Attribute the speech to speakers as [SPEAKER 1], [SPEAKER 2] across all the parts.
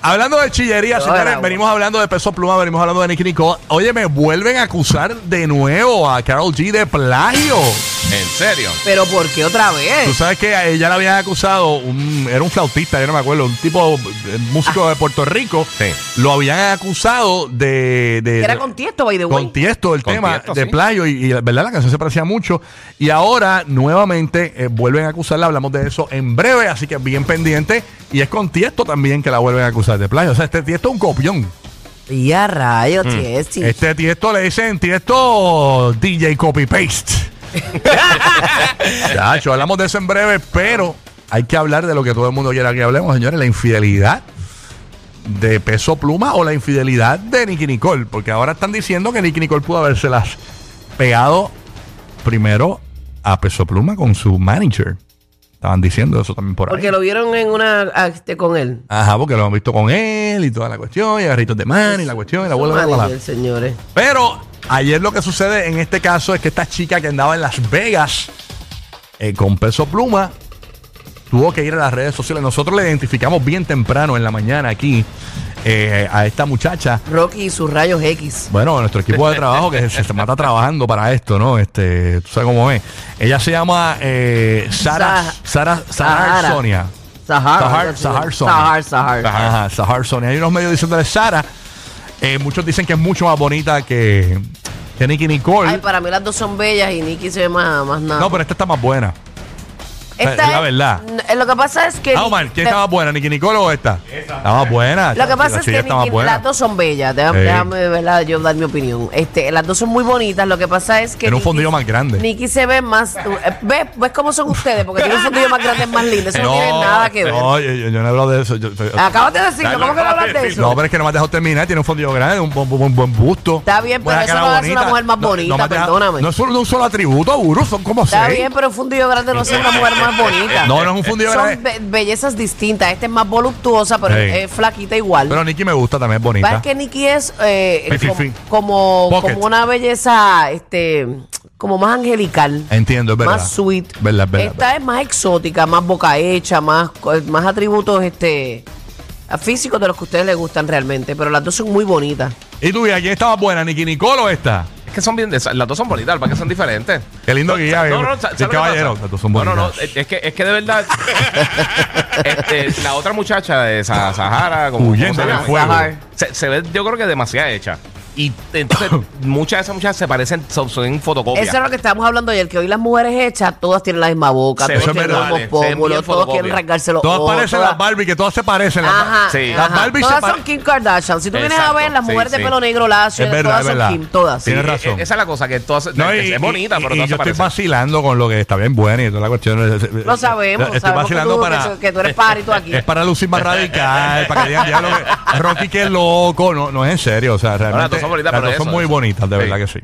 [SPEAKER 1] Hablando de chillería,
[SPEAKER 2] Toda
[SPEAKER 1] señores,
[SPEAKER 2] la-
[SPEAKER 1] venimos hablando de peso pluma, venimos hablando de Nicky Nicole. Oye, me vuelven a acusar de nuevo a Carol G de plagio.
[SPEAKER 3] ¿En serio?
[SPEAKER 2] Pero ¿por qué otra
[SPEAKER 1] Tú
[SPEAKER 2] vez?
[SPEAKER 1] sabes que a ella la habían acusado, un- era un flautista, yo no me acuerdo, un tipo eh, músico de Puerto Rico.
[SPEAKER 3] Sí.
[SPEAKER 1] Lo habían acusado de. de-
[SPEAKER 2] Que Era
[SPEAKER 1] de-
[SPEAKER 2] con tiesto, by the way.
[SPEAKER 1] contiesto el
[SPEAKER 3] Con
[SPEAKER 1] tema
[SPEAKER 3] tiesto,
[SPEAKER 1] de
[SPEAKER 3] sí.
[SPEAKER 1] playo y, y, verdad la canción se parecía mucho y ahora nuevamente eh, vuelven a acusarla hablamos de eso en breve así que bien pendiente y es con tiesto también que la vuelven a acusar de playo o sea este tiesto es un copión
[SPEAKER 2] Y a rayos, Tiesti.
[SPEAKER 1] este tiesto le dicen tiesto DJ copy paste Chacho, hablamos de eso en breve pero hay que hablar de lo que todo el mundo quiera que hablemos señores la infidelidad de peso pluma o la infidelidad de Nicky Nicole, porque ahora están diciendo que Nicky Nicole pudo habérselas pegado primero a peso pluma con su manager. Estaban diciendo eso también por ahí.
[SPEAKER 2] Porque lo vieron en una ah, este, con él.
[SPEAKER 1] Ajá, porque lo han visto con él y toda la cuestión, y agarritos de mano y la cuestión y la vuelta.
[SPEAKER 2] Madre
[SPEAKER 1] bla, bla, bla.
[SPEAKER 2] mía, señores.
[SPEAKER 1] Pero ayer lo que sucede en este caso es que esta chica que andaba en Las Vegas eh, con peso pluma tuvo que ir a las redes sociales. Nosotros le identificamos bien temprano en la mañana aquí eh, a esta muchacha.
[SPEAKER 2] Rocky y sus rayos X.
[SPEAKER 1] Bueno, nuestro equipo de trabajo que se, se mata trabajando para esto, ¿no? Este, tú sabes cómo es. Ella se llama eh, Sara, Sara, Sara
[SPEAKER 2] Sahara.
[SPEAKER 1] Sonia.
[SPEAKER 2] Sahar.
[SPEAKER 1] Sahar,
[SPEAKER 2] algo así.
[SPEAKER 1] Sahar Sonia.
[SPEAKER 2] Sahar, Sahar.
[SPEAKER 1] Ajá, Sahar Sonia. Hay unos medios diciéndole Sara. Eh, muchos dicen que es mucho más bonita que, que Nicki Nicole.
[SPEAKER 2] Ay, para mí las dos son bellas y Nicki se ve más, más nada.
[SPEAKER 1] no, pero esta está más buena. es la verdad.
[SPEAKER 2] n- Lo que pasa es que.
[SPEAKER 1] Ah, Omar, ¿quién está más buena? ¿Nicki Nicole o esta? Está más buena.
[SPEAKER 2] Eh, Lo que
[SPEAKER 1] La
[SPEAKER 2] pasa es
[SPEAKER 1] chica
[SPEAKER 2] que
[SPEAKER 1] está más
[SPEAKER 2] Nicki-
[SPEAKER 1] buena.
[SPEAKER 2] las dos son bellas. Déjame,
[SPEAKER 1] Sí.
[SPEAKER 2] déjame, ¿verdad? yo dar mi opinión. Este, las dos son muy bonitas. Lo que pasa es que.
[SPEAKER 1] Tiene un
[SPEAKER 2] Nicki-
[SPEAKER 1] fondillo más grande.
[SPEAKER 2] Nicki se ve más. eh, ¿Ves, ¿Ves cómo son ustedes? Porque tiene un fondillo más grande, es más lindo. Eso no, tiene nada que ver.
[SPEAKER 1] No, yo, yo- yo no he hablado de eso. Yo- yo-
[SPEAKER 2] Acabas de decirlo.
[SPEAKER 3] Dale,
[SPEAKER 2] ¿Cómo que no
[SPEAKER 3] acabas de
[SPEAKER 2] hablas de eso?
[SPEAKER 1] No, pero es que no me has dejado terminar. Tiene un fondillo grande, un, bu- bu- buen- buen busto.
[SPEAKER 2] Está bien, pero
[SPEAKER 1] buena
[SPEAKER 2] eso
[SPEAKER 1] cara
[SPEAKER 2] no hace una mujer más
[SPEAKER 1] No- no me
[SPEAKER 2] bonita,
[SPEAKER 1] has dejado-
[SPEAKER 2] perdóname.
[SPEAKER 1] No es solo- no es un solo atributo, Buru, son como
[SPEAKER 2] Está
[SPEAKER 1] seis.
[SPEAKER 2] bien, pero un fundido grande no es una mujer más bonita.
[SPEAKER 1] No, no es un fundido
[SPEAKER 2] Son
[SPEAKER 1] grande.
[SPEAKER 2] be- bellezas distintas. Esta es más voluptuosa, pero
[SPEAKER 1] Sí.
[SPEAKER 2] es flaquita igual.
[SPEAKER 1] Pero Nicki me gusta también, es
[SPEAKER 2] ¿Sabes
[SPEAKER 1] bonita.
[SPEAKER 2] que Nikki es eh,
[SPEAKER 1] Fin, fin,
[SPEAKER 2] com-
[SPEAKER 1] fin.
[SPEAKER 2] como,
[SPEAKER 1] Pocket.
[SPEAKER 2] como una belleza este como más angelical?
[SPEAKER 1] Entiendo, es verdad.
[SPEAKER 2] Más sweet.
[SPEAKER 1] Verdad, es verdad,
[SPEAKER 2] Esta
[SPEAKER 1] verdad.
[SPEAKER 2] es más exótica, más boca hecha, más, co- más atributos este físicos de los que a ustedes les gustan realmente. Pero las dos son muy bonitas.
[SPEAKER 1] ¿Y tú, Guía, quién está más buena, Nicki Nicole o esta?
[SPEAKER 3] Es que son bien. desa- Las dos son bonitas, para que son diferentes.
[SPEAKER 1] Qué lindo guía, eh.
[SPEAKER 3] No, no, no, sa-
[SPEAKER 1] Sí,
[SPEAKER 3] ¿sabes lo que
[SPEAKER 1] caballero,
[SPEAKER 3] pasa?
[SPEAKER 1] las dos son
[SPEAKER 3] No, no, no,
[SPEAKER 1] bonitas.
[SPEAKER 3] es que, es que de verdad. este, la otra muchacha de Sa- Sahara, como.
[SPEAKER 1] Huyendo
[SPEAKER 3] ¿cómo se
[SPEAKER 1] del
[SPEAKER 3] llama? eh.
[SPEAKER 1] fuego.
[SPEAKER 2] Sahar.
[SPEAKER 3] Se, se ve, yo creo que demasiado hecha. Y entonces, muchas de esas muchachas se parecen, son, son fotocopias.
[SPEAKER 2] Eso es lo que estábamos hablando ayer, que hoy las mujeres hechas todas tienen la misma boca,
[SPEAKER 3] Se
[SPEAKER 2] todas
[SPEAKER 1] ven
[SPEAKER 2] tienen los
[SPEAKER 1] verdades,
[SPEAKER 2] mismos
[SPEAKER 3] se ven bien
[SPEAKER 2] pómulos, todos quieren
[SPEAKER 3] fotocopia.
[SPEAKER 2] rasgarse los
[SPEAKER 3] oh,
[SPEAKER 1] Todas
[SPEAKER 2] ojos,
[SPEAKER 1] parecen
[SPEAKER 2] todas-
[SPEAKER 1] las Barbie, que todas se parecen. las
[SPEAKER 2] Ajá,
[SPEAKER 1] Bar-
[SPEAKER 3] Sí.
[SPEAKER 1] Las
[SPEAKER 2] ajá.
[SPEAKER 1] Barbie se
[SPEAKER 2] todas son
[SPEAKER 1] parecen.
[SPEAKER 2] Kim Kardashian. Si tú vienes a
[SPEAKER 3] Exacto,
[SPEAKER 2] ver, las
[SPEAKER 3] sí,
[SPEAKER 2] mujeres
[SPEAKER 3] sí.
[SPEAKER 2] de pelo negro, lacio,
[SPEAKER 1] Es verdad,
[SPEAKER 2] todas
[SPEAKER 1] es
[SPEAKER 2] son
[SPEAKER 1] verdad.
[SPEAKER 2] Kim, todas.
[SPEAKER 1] Tienes
[SPEAKER 3] Eh,
[SPEAKER 1] razón.
[SPEAKER 3] eh, Esa es la cosa, que todas.
[SPEAKER 1] No, y-
[SPEAKER 3] es bonita,
[SPEAKER 1] y-
[SPEAKER 3] pero
[SPEAKER 1] y yo
[SPEAKER 3] todas se
[SPEAKER 1] estoy
[SPEAKER 3] parecen.
[SPEAKER 1] vacilando con lo que está bien buena y toda la cuestión.
[SPEAKER 2] Lo sabemos,
[SPEAKER 1] Estoy
[SPEAKER 2] sabemos que
[SPEAKER 1] vacilando
[SPEAKER 2] tú,
[SPEAKER 1] para.
[SPEAKER 2] que, que tú eres parito aquí.
[SPEAKER 1] Es para lucir más radical, para que digan diablo que Rocky que es loco. No, no es en serio. O sea, realmente.
[SPEAKER 3] las dos son bonitas,
[SPEAKER 1] las
[SPEAKER 3] pero
[SPEAKER 1] dos son
[SPEAKER 3] eso,
[SPEAKER 1] muy
[SPEAKER 3] eso.
[SPEAKER 1] bonitas, de
[SPEAKER 3] Sí.
[SPEAKER 1] verdad que sí.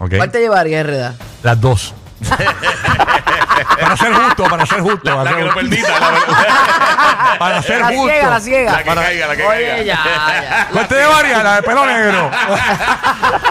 [SPEAKER 1] ¿Ok?
[SPEAKER 2] ¿Cuál te llevaría, Herreda?
[SPEAKER 1] Las dos. para ser justo, para ser justo. para
[SPEAKER 3] La
[SPEAKER 1] ser
[SPEAKER 3] que lo
[SPEAKER 1] justo.
[SPEAKER 3] perdita, la verdad.
[SPEAKER 1] Para ser
[SPEAKER 2] La
[SPEAKER 1] justo.
[SPEAKER 2] ciega, la ciega.
[SPEAKER 3] La que caiga, la que
[SPEAKER 2] Oye,
[SPEAKER 3] caiga.
[SPEAKER 2] ya, ya.
[SPEAKER 1] ¿Cuál te llevaría? La de pelo negro.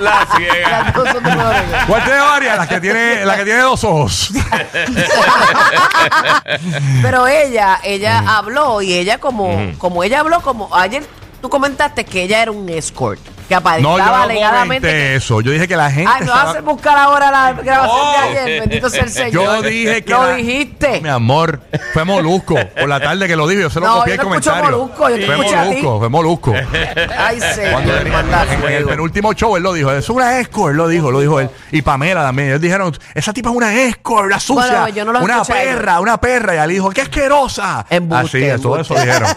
[SPEAKER 3] La ciega.
[SPEAKER 2] Las dos son de pelo negro.
[SPEAKER 1] ¿Cuál te llevaría? La que tiene, la que tiene dos ojos.
[SPEAKER 2] Pero ella, ella habló y ella como, como ella habló, como ayer tú comentaste que ella era un escort, que
[SPEAKER 1] No,
[SPEAKER 2] aparentaba
[SPEAKER 1] yo no
[SPEAKER 2] alegadamente.
[SPEAKER 1] comenté eso. Yo dije que la gente.
[SPEAKER 2] Ay, no
[SPEAKER 1] estaba-
[SPEAKER 2] hacen buscar ahora la grabación de
[SPEAKER 1] No.
[SPEAKER 2] ayer, bendito sea el Señor.
[SPEAKER 1] Yo dije que.
[SPEAKER 2] Lo
[SPEAKER 1] la-
[SPEAKER 2] dijiste.
[SPEAKER 1] Mi amor, fue Molusco. Por la tarde que lo dije, yo se lo
[SPEAKER 2] No,
[SPEAKER 1] copié
[SPEAKER 2] yo
[SPEAKER 1] el
[SPEAKER 2] no escucho
[SPEAKER 1] comentario.
[SPEAKER 2] Molusco, yo te
[SPEAKER 1] fue
[SPEAKER 2] escuché a ti.
[SPEAKER 1] Molusco, fue Molusco.
[SPEAKER 2] Ay,
[SPEAKER 1] Cuando
[SPEAKER 2] señor,
[SPEAKER 1] en,
[SPEAKER 2] manda
[SPEAKER 1] en el
[SPEAKER 2] fuego.
[SPEAKER 1] penúltimo show él lo dijo, es una escort, lo dijo, lo dijo él. Y Pamela también. Ellos dijeron, esa tipa es una escort, la sucia.
[SPEAKER 2] Bueno, yo no los
[SPEAKER 1] una
[SPEAKER 2] escuché a ellos.
[SPEAKER 1] perra, una perra. Y él dijo, qué asquerosa.
[SPEAKER 2] Embuste,
[SPEAKER 1] Así, todo eso
[SPEAKER 2] embuste.
[SPEAKER 1] dijeron.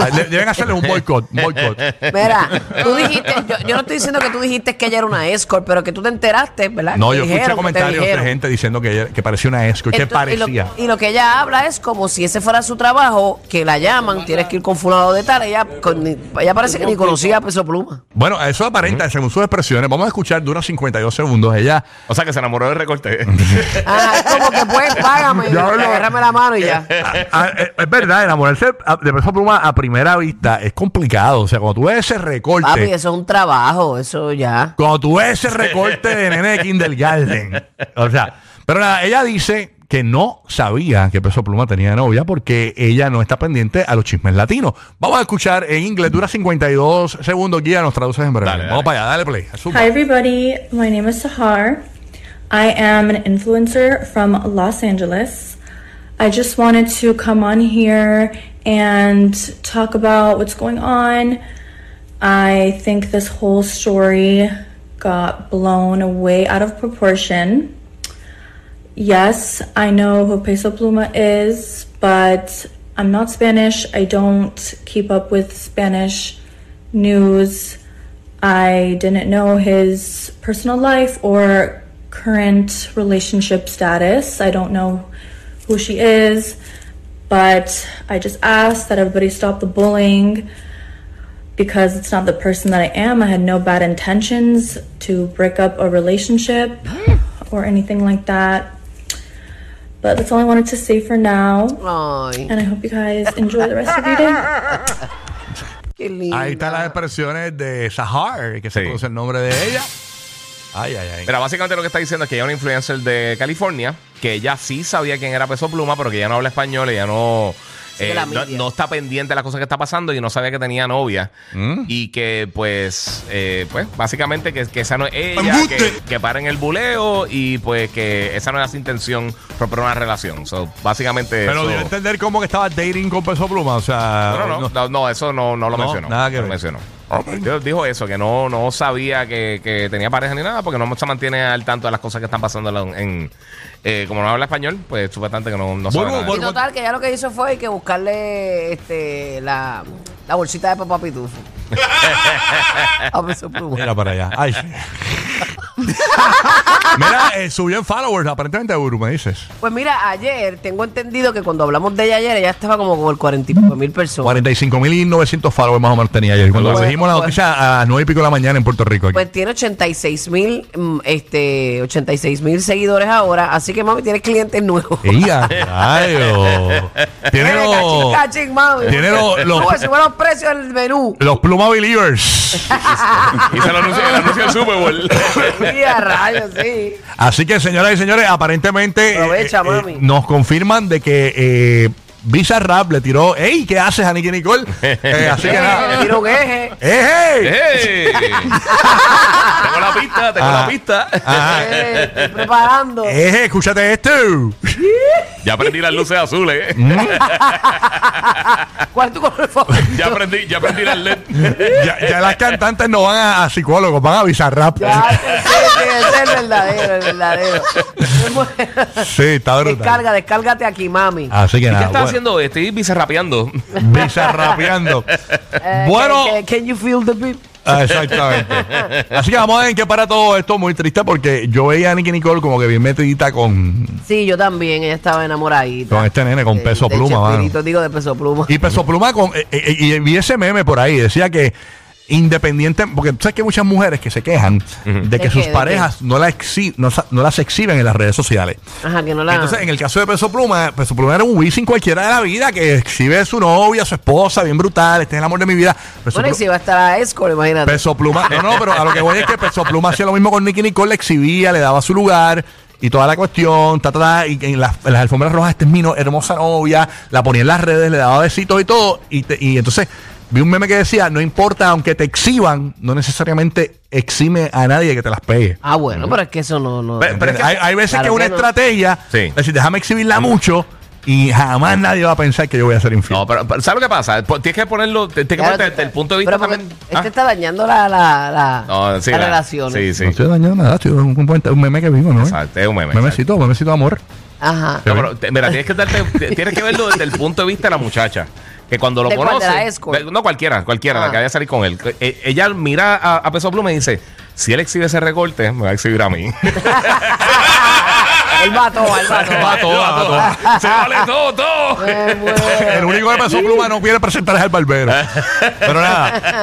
[SPEAKER 1] Ah, de- Deben hacerle un boicot, un boicot.
[SPEAKER 2] Mira, tú dijiste, yo, yo no estoy diciendo que tú dijiste que ella era una escort, pero que tú te enteraste, ¿verdad?
[SPEAKER 1] No,
[SPEAKER 2] Que
[SPEAKER 1] yo escuché
[SPEAKER 2] dijeron, que te
[SPEAKER 1] comentarios de
[SPEAKER 2] dijeron.
[SPEAKER 1] gente diciendo que, ella- que parecía una escort, que
[SPEAKER 2] Entonces, y lo-
[SPEAKER 1] parecía.
[SPEAKER 2] Y lo, que ella habla es como si ese fuera su trabajo, que la llaman, tienes que ir con fulano de tal. Ella, con- ni- ella parece que ni conocía a Peso Pluma.
[SPEAKER 1] Bueno, eso aparenta, según sus expresiones. Vamos a escuchar, dura 52 segundos. Ella
[SPEAKER 3] O sea, que se enamoró del recorte.
[SPEAKER 2] Ah, es como que pues, págame,
[SPEAKER 1] Ya hablo.
[SPEAKER 2] agárrame la mano y ya.
[SPEAKER 1] Ah, eh, es verdad, enamorarse a- de Peso Pluma a primera vista es complicado. O sea, cuando tú ves ese recorte,
[SPEAKER 2] Papi, eso es un trabajo, eso ya.
[SPEAKER 1] cuando tú ves ese recorte de nene de Kindergarten. O sea, pero nada, ella dice que no sabía que Peso Pluma tenía novia porque ella no está pendiente a los chismes latinos. Vamos a escuchar en inglés, dura 52 segundos, guía, nos traduces en breve.
[SPEAKER 3] Dale, dale.
[SPEAKER 1] Vamos para allá, dale play. Zumba.
[SPEAKER 4] Hi, everybody. My name is Sahar. I am an influencer from Los Angeles. I just wanted to come on here and talk about what's going on. I think this whole story got blown way out of proportion. Yes, I know who Peso Pluma is, but I'm not Spanish. I don't keep up with Spanish news. I didn't know his personal life or current relationship status. I don't know who she is, but I just ask that everybody stop the bullying because it's not the person that I am. I had no bad intentions to break up a relationship or anything like that. But that's all I wanted to say for now.
[SPEAKER 2] Ay,
[SPEAKER 4] And I hope you guys enjoy the rest of your day.
[SPEAKER 2] qué lindo.
[SPEAKER 1] Ahí están las expresiones de Sahar, que se
[SPEAKER 3] Sí.
[SPEAKER 1] conoce el nombre de ella. Ay, ay, ay.
[SPEAKER 3] Mira, básicamente lo que está diciendo es que ella es una influencer de California, que ella sí sabía quién era Peso Pluma, pero que ella no habla español, ella no,
[SPEAKER 2] Sí, que
[SPEAKER 3] eh,
[SPEAKER 2] la
[SPEAKER 3] no,
[SPEAKER 2] media.
[SPEAKER 3] no está pendiente de las cosas que está pasando y no sabía que tenía novia.
[SPEAKER 1] Mm.
[SPEAKER 3] Y que, pues, eh, pues básicamente que, que esa no es ella, que,
[SPEAKER 1] ¡Embuste!
[SPEAKER 3] que paren el buleo y pues que esa no era su intención romper una relación. So, básicamente
[SPEAKER 1] Pero dio a
[SPEAKER 3] eso...
[SPEAKER 1] entender cómo que estaba dating con peso pluma. O sea.
[SPEAKER 3] No, no, no, no, no, eso no, no lo
[SPEAKER 1] Ah, No,
[SPEAKER 3] mencionó.
[SPEAKER 1] nada que
[SPEAKER 3] no lo
[SPEAKER 1] ver. Ah,
[SPEAKER 3] mencionó. Yo- Dijo eso, que no, no sabía que, que tenía pareja ni nada, porque no se mantiene al tanto de las cosas que están pasando en... la- en, eh, como no habla español, pues supuestamente que no, no sabe
[SPEAKER 1] Vuelvo,
[SPEAKER 3] nada.
[SPEAKER 2] Y
[SPEAKER 1] vuelvo.
[SPEAKER 2] total, que ya lo que hizo fue que buscarle este, la, la bolsita de papá pitufo. a Peso Pluma.
[SPEAKER 1] Mira para allá. Ay, sí. Mira, eh, subió en followers, aparentemente, Uru, me dices.
[SPEAKER 2] Pues mira, ayer tengo entendido que cuando hablamos de ella ayer, ella estaba como con el 45 mil personas.
[SPEAKER 1] 45.900 followers más o menos tenía ayer. Cuando
[SPEAKER 2] Bueno,
[SPEAKER 1] dijimos la
[SPEAKER 2] bueno.
[SPEAKER 1] noticia a las 9 y pico de la mañana en Puerto Rico. aquí.
[SPEAKER 2] Pues tiene 86 mil este, 86 mil seguidores ahora, así que mami tiene clientes nuevos.
[SPEAKER 1] Ella, rayo. Tiene
[SPEAKER 2] Mira,
[SPEAKER 1] los,
[SPEAKER 2] cachín, cachín, mami.
[SPEAKER 1] tiene los- los-
[SPEAKER 2] Sube, sube los precios del menú.
[SPEAKER 1] los pluma believers.
[SPEAKER 3] Y se lo anunció, el anuncio del Super Bowl.
[SPEAKER 2] Mira, rayos, sí.
[SPEAKER 1] Así que, señoras y señores, aparentemente eh,
[SPEAKER 2] Aprovecha, mami.
[SPEAKER 1] nos confirman de que eh, Visa Rap le tiró, ¡Ey! ¿Qué haces a Nicky Nicole? Eh, así que
[SPEAKER 2] Eh,
[SPEAKER 1] nada.
[SPEAKER 2] tira un eje.
[SPEAKER 1] ¡Ey! ey!
[SPEAKER 3] ¡Ey! tengo la pista, tengo
[SPEAKER 1] Ah.
[SPEAKER 3] la pista.
[SPEAKER 1] Ah.
[SPEAKER 2] Eh, estoy preparando.
[SPEAKER 1] ¡Ey! ¡Escúchate esto!
[SPEAKER 3] ya aprendí las luces azules. eh.
[SPEAKER 2] ¿Cuál es tu color favorito?
[SPEAKER 3] ya aprendí, ya aprendí las LED.
[SPEAKER 1] ya, ya las cantantes no van a, a psicólogos, van a Visa Rap.
[SPEAKER 2] Ya, sí, sí, ese es el verdadero, el verdadero.
[SPEAKER 1] sí, está brutal.
[SPEAKER 2] Descarga, descárgate aquí, mami.
[SPEAKER 1] Así que
[SPEAKER 3] ¿Y qué
[SPEAKER 1] nada.
[SPEAKER 3] estás haciendo? Estoy bizarrapeando.
[SPEAKER 1] Visa Rapeando.
[SPEAKER 2] Eh,
[SPEAKER 1] bueno.
[SPEAKER 2] can- can you feel the beat?
[SPEAKER 1] Ah, Exactamente. Así que vamos a ver en qué para todo esto. Muy triste porque yo veía a Nicky Nicole como que bien metidita con,
[SPEAKER 2] Sí, yo también, ella estaba enamoradita.
[SPEAKER 1] con este nene, con
[SPEAKER 2] De-
[SPEAKER 1] peso
[SPEAKER 2] de
[SPEAKER 1] pluma, mano.
[SPEAKER 2] Chespirito, digo de peso pluma.
[SPEAKER 1] Y Peso Pluma, con, eh, eh, y vi ese meme por ahí, decía que independiente, porque tú sabes que hay muchas mujeres que se quejan de que
[SPEAKER 2] ¿De
[SPEAKER 1] sus
[SPEAKER 2] qué? ¿De
[SPEAKER 1] parejas no, la exhi- no, sa- no las exhiben en las redes sociales.
[SPEAKER 2] Ajá, que no la.
[SPEAKER 1] Entonces, en el caso de Peso Pluma, Peso Pluma era un Wisin cualquiera de la vida que exhibe a su novia, a su esposa, bien brutal, este es el amor de mi vida. Peso,
[SPEAKER 2] bueno, y
[SPEAKER 1] Plu-
[SPEAKER 2] si va a estar a Escort, imagínate.
[SPEAKER 1] Peso Pluma, no, no, pero a lo que voy es que Peso Pluma hacía lo mismo con Nicky Nicole, la exhibía, le daba su lugar. Y toda la cuestión, ta, ta, ta, y en las, en las alfombras rojas, este es mi no- hermosa novia, la ponía en las redes, le daba besitos y todo. Y, te- y entonces vi un meme que decía, no importa, aunque te exhiban, no necesariamente exime a nadie que te las pegue.
[SPEAKER 2] Ah, bueno, pero es que eso no. no
[SPEAKER 1] Pero, pero es que hay, hay veces
[SPEAKER 2] Claro
[SPEAKER 1] que es una
[SPEAKER 2] no.
[SPEAKER 1] estrategia,
[SPEAKER 3] Sí.
[SPEAKER 1] es decir, déjame exhibirla mucho Y jamás nadie va a pensar que yo voy a ser infiel.
[SPEAKER 3] No, pero, pero ¿sabes lo que pasa? Po- Tienes que ponerlo, te- tienes que
[SPEAKER 2] Claro,
[SPEAKER 3] poner
[SPEAKER 2] tú-
[SPEAKER 3] desde el punto de vista
[SPEAKER 2] pero porque
[SPEAKER 3] también.
[SPEAKER 2] Este
[SPEAKER 3] Ah.
[SPEAKER 2] está dañando la, la, la,
[SPEAKER 3] No, sí,
[SPEAKER 2] la
[SPEAKER 3] la-
[SPEAKER 2] relación.
[SPEAKER 3] Sí, sí.
[SPEAKER 1] No estoy dañando nada, estoy un, un, buen- un meme que vivo, ¿no?
[SPEAKER 3] Exacto, es un meme. exacto.
[SPEAKER 1] Memecito, memecito de amor.
[SPEAKER 2] Ajá.
[SPEAKER 3] No, pero te- mira, tienes que darte, te- tienes que verlo desde el punto de vista de la muchacha. Que cuando lo
[SPEAKER 2] ¿De cuál? ¿De
[SPEAKER 3] conoce.
[SPEAKER 2] la escort?
[SPEAKER 3] de- no, cualquiera, cualquiera,
[SPEAKER 2] Ah.
[SPEAKER 3] la que vaya a salir con él. E- ella mira a, a Peso Pluma y dice: Si él exhibe ese recorte, me va a exhibir a mí.
[SPEAKER 2] Él va a todo, él va a todo.
[SPEAKER 3] Va todo, va todo. Se vale todo, todo.
[SPEAKER 2] Me muero.
[SPEAKER 1] El único que pasó pluma no quiere presentar es al barbero. Pero nada,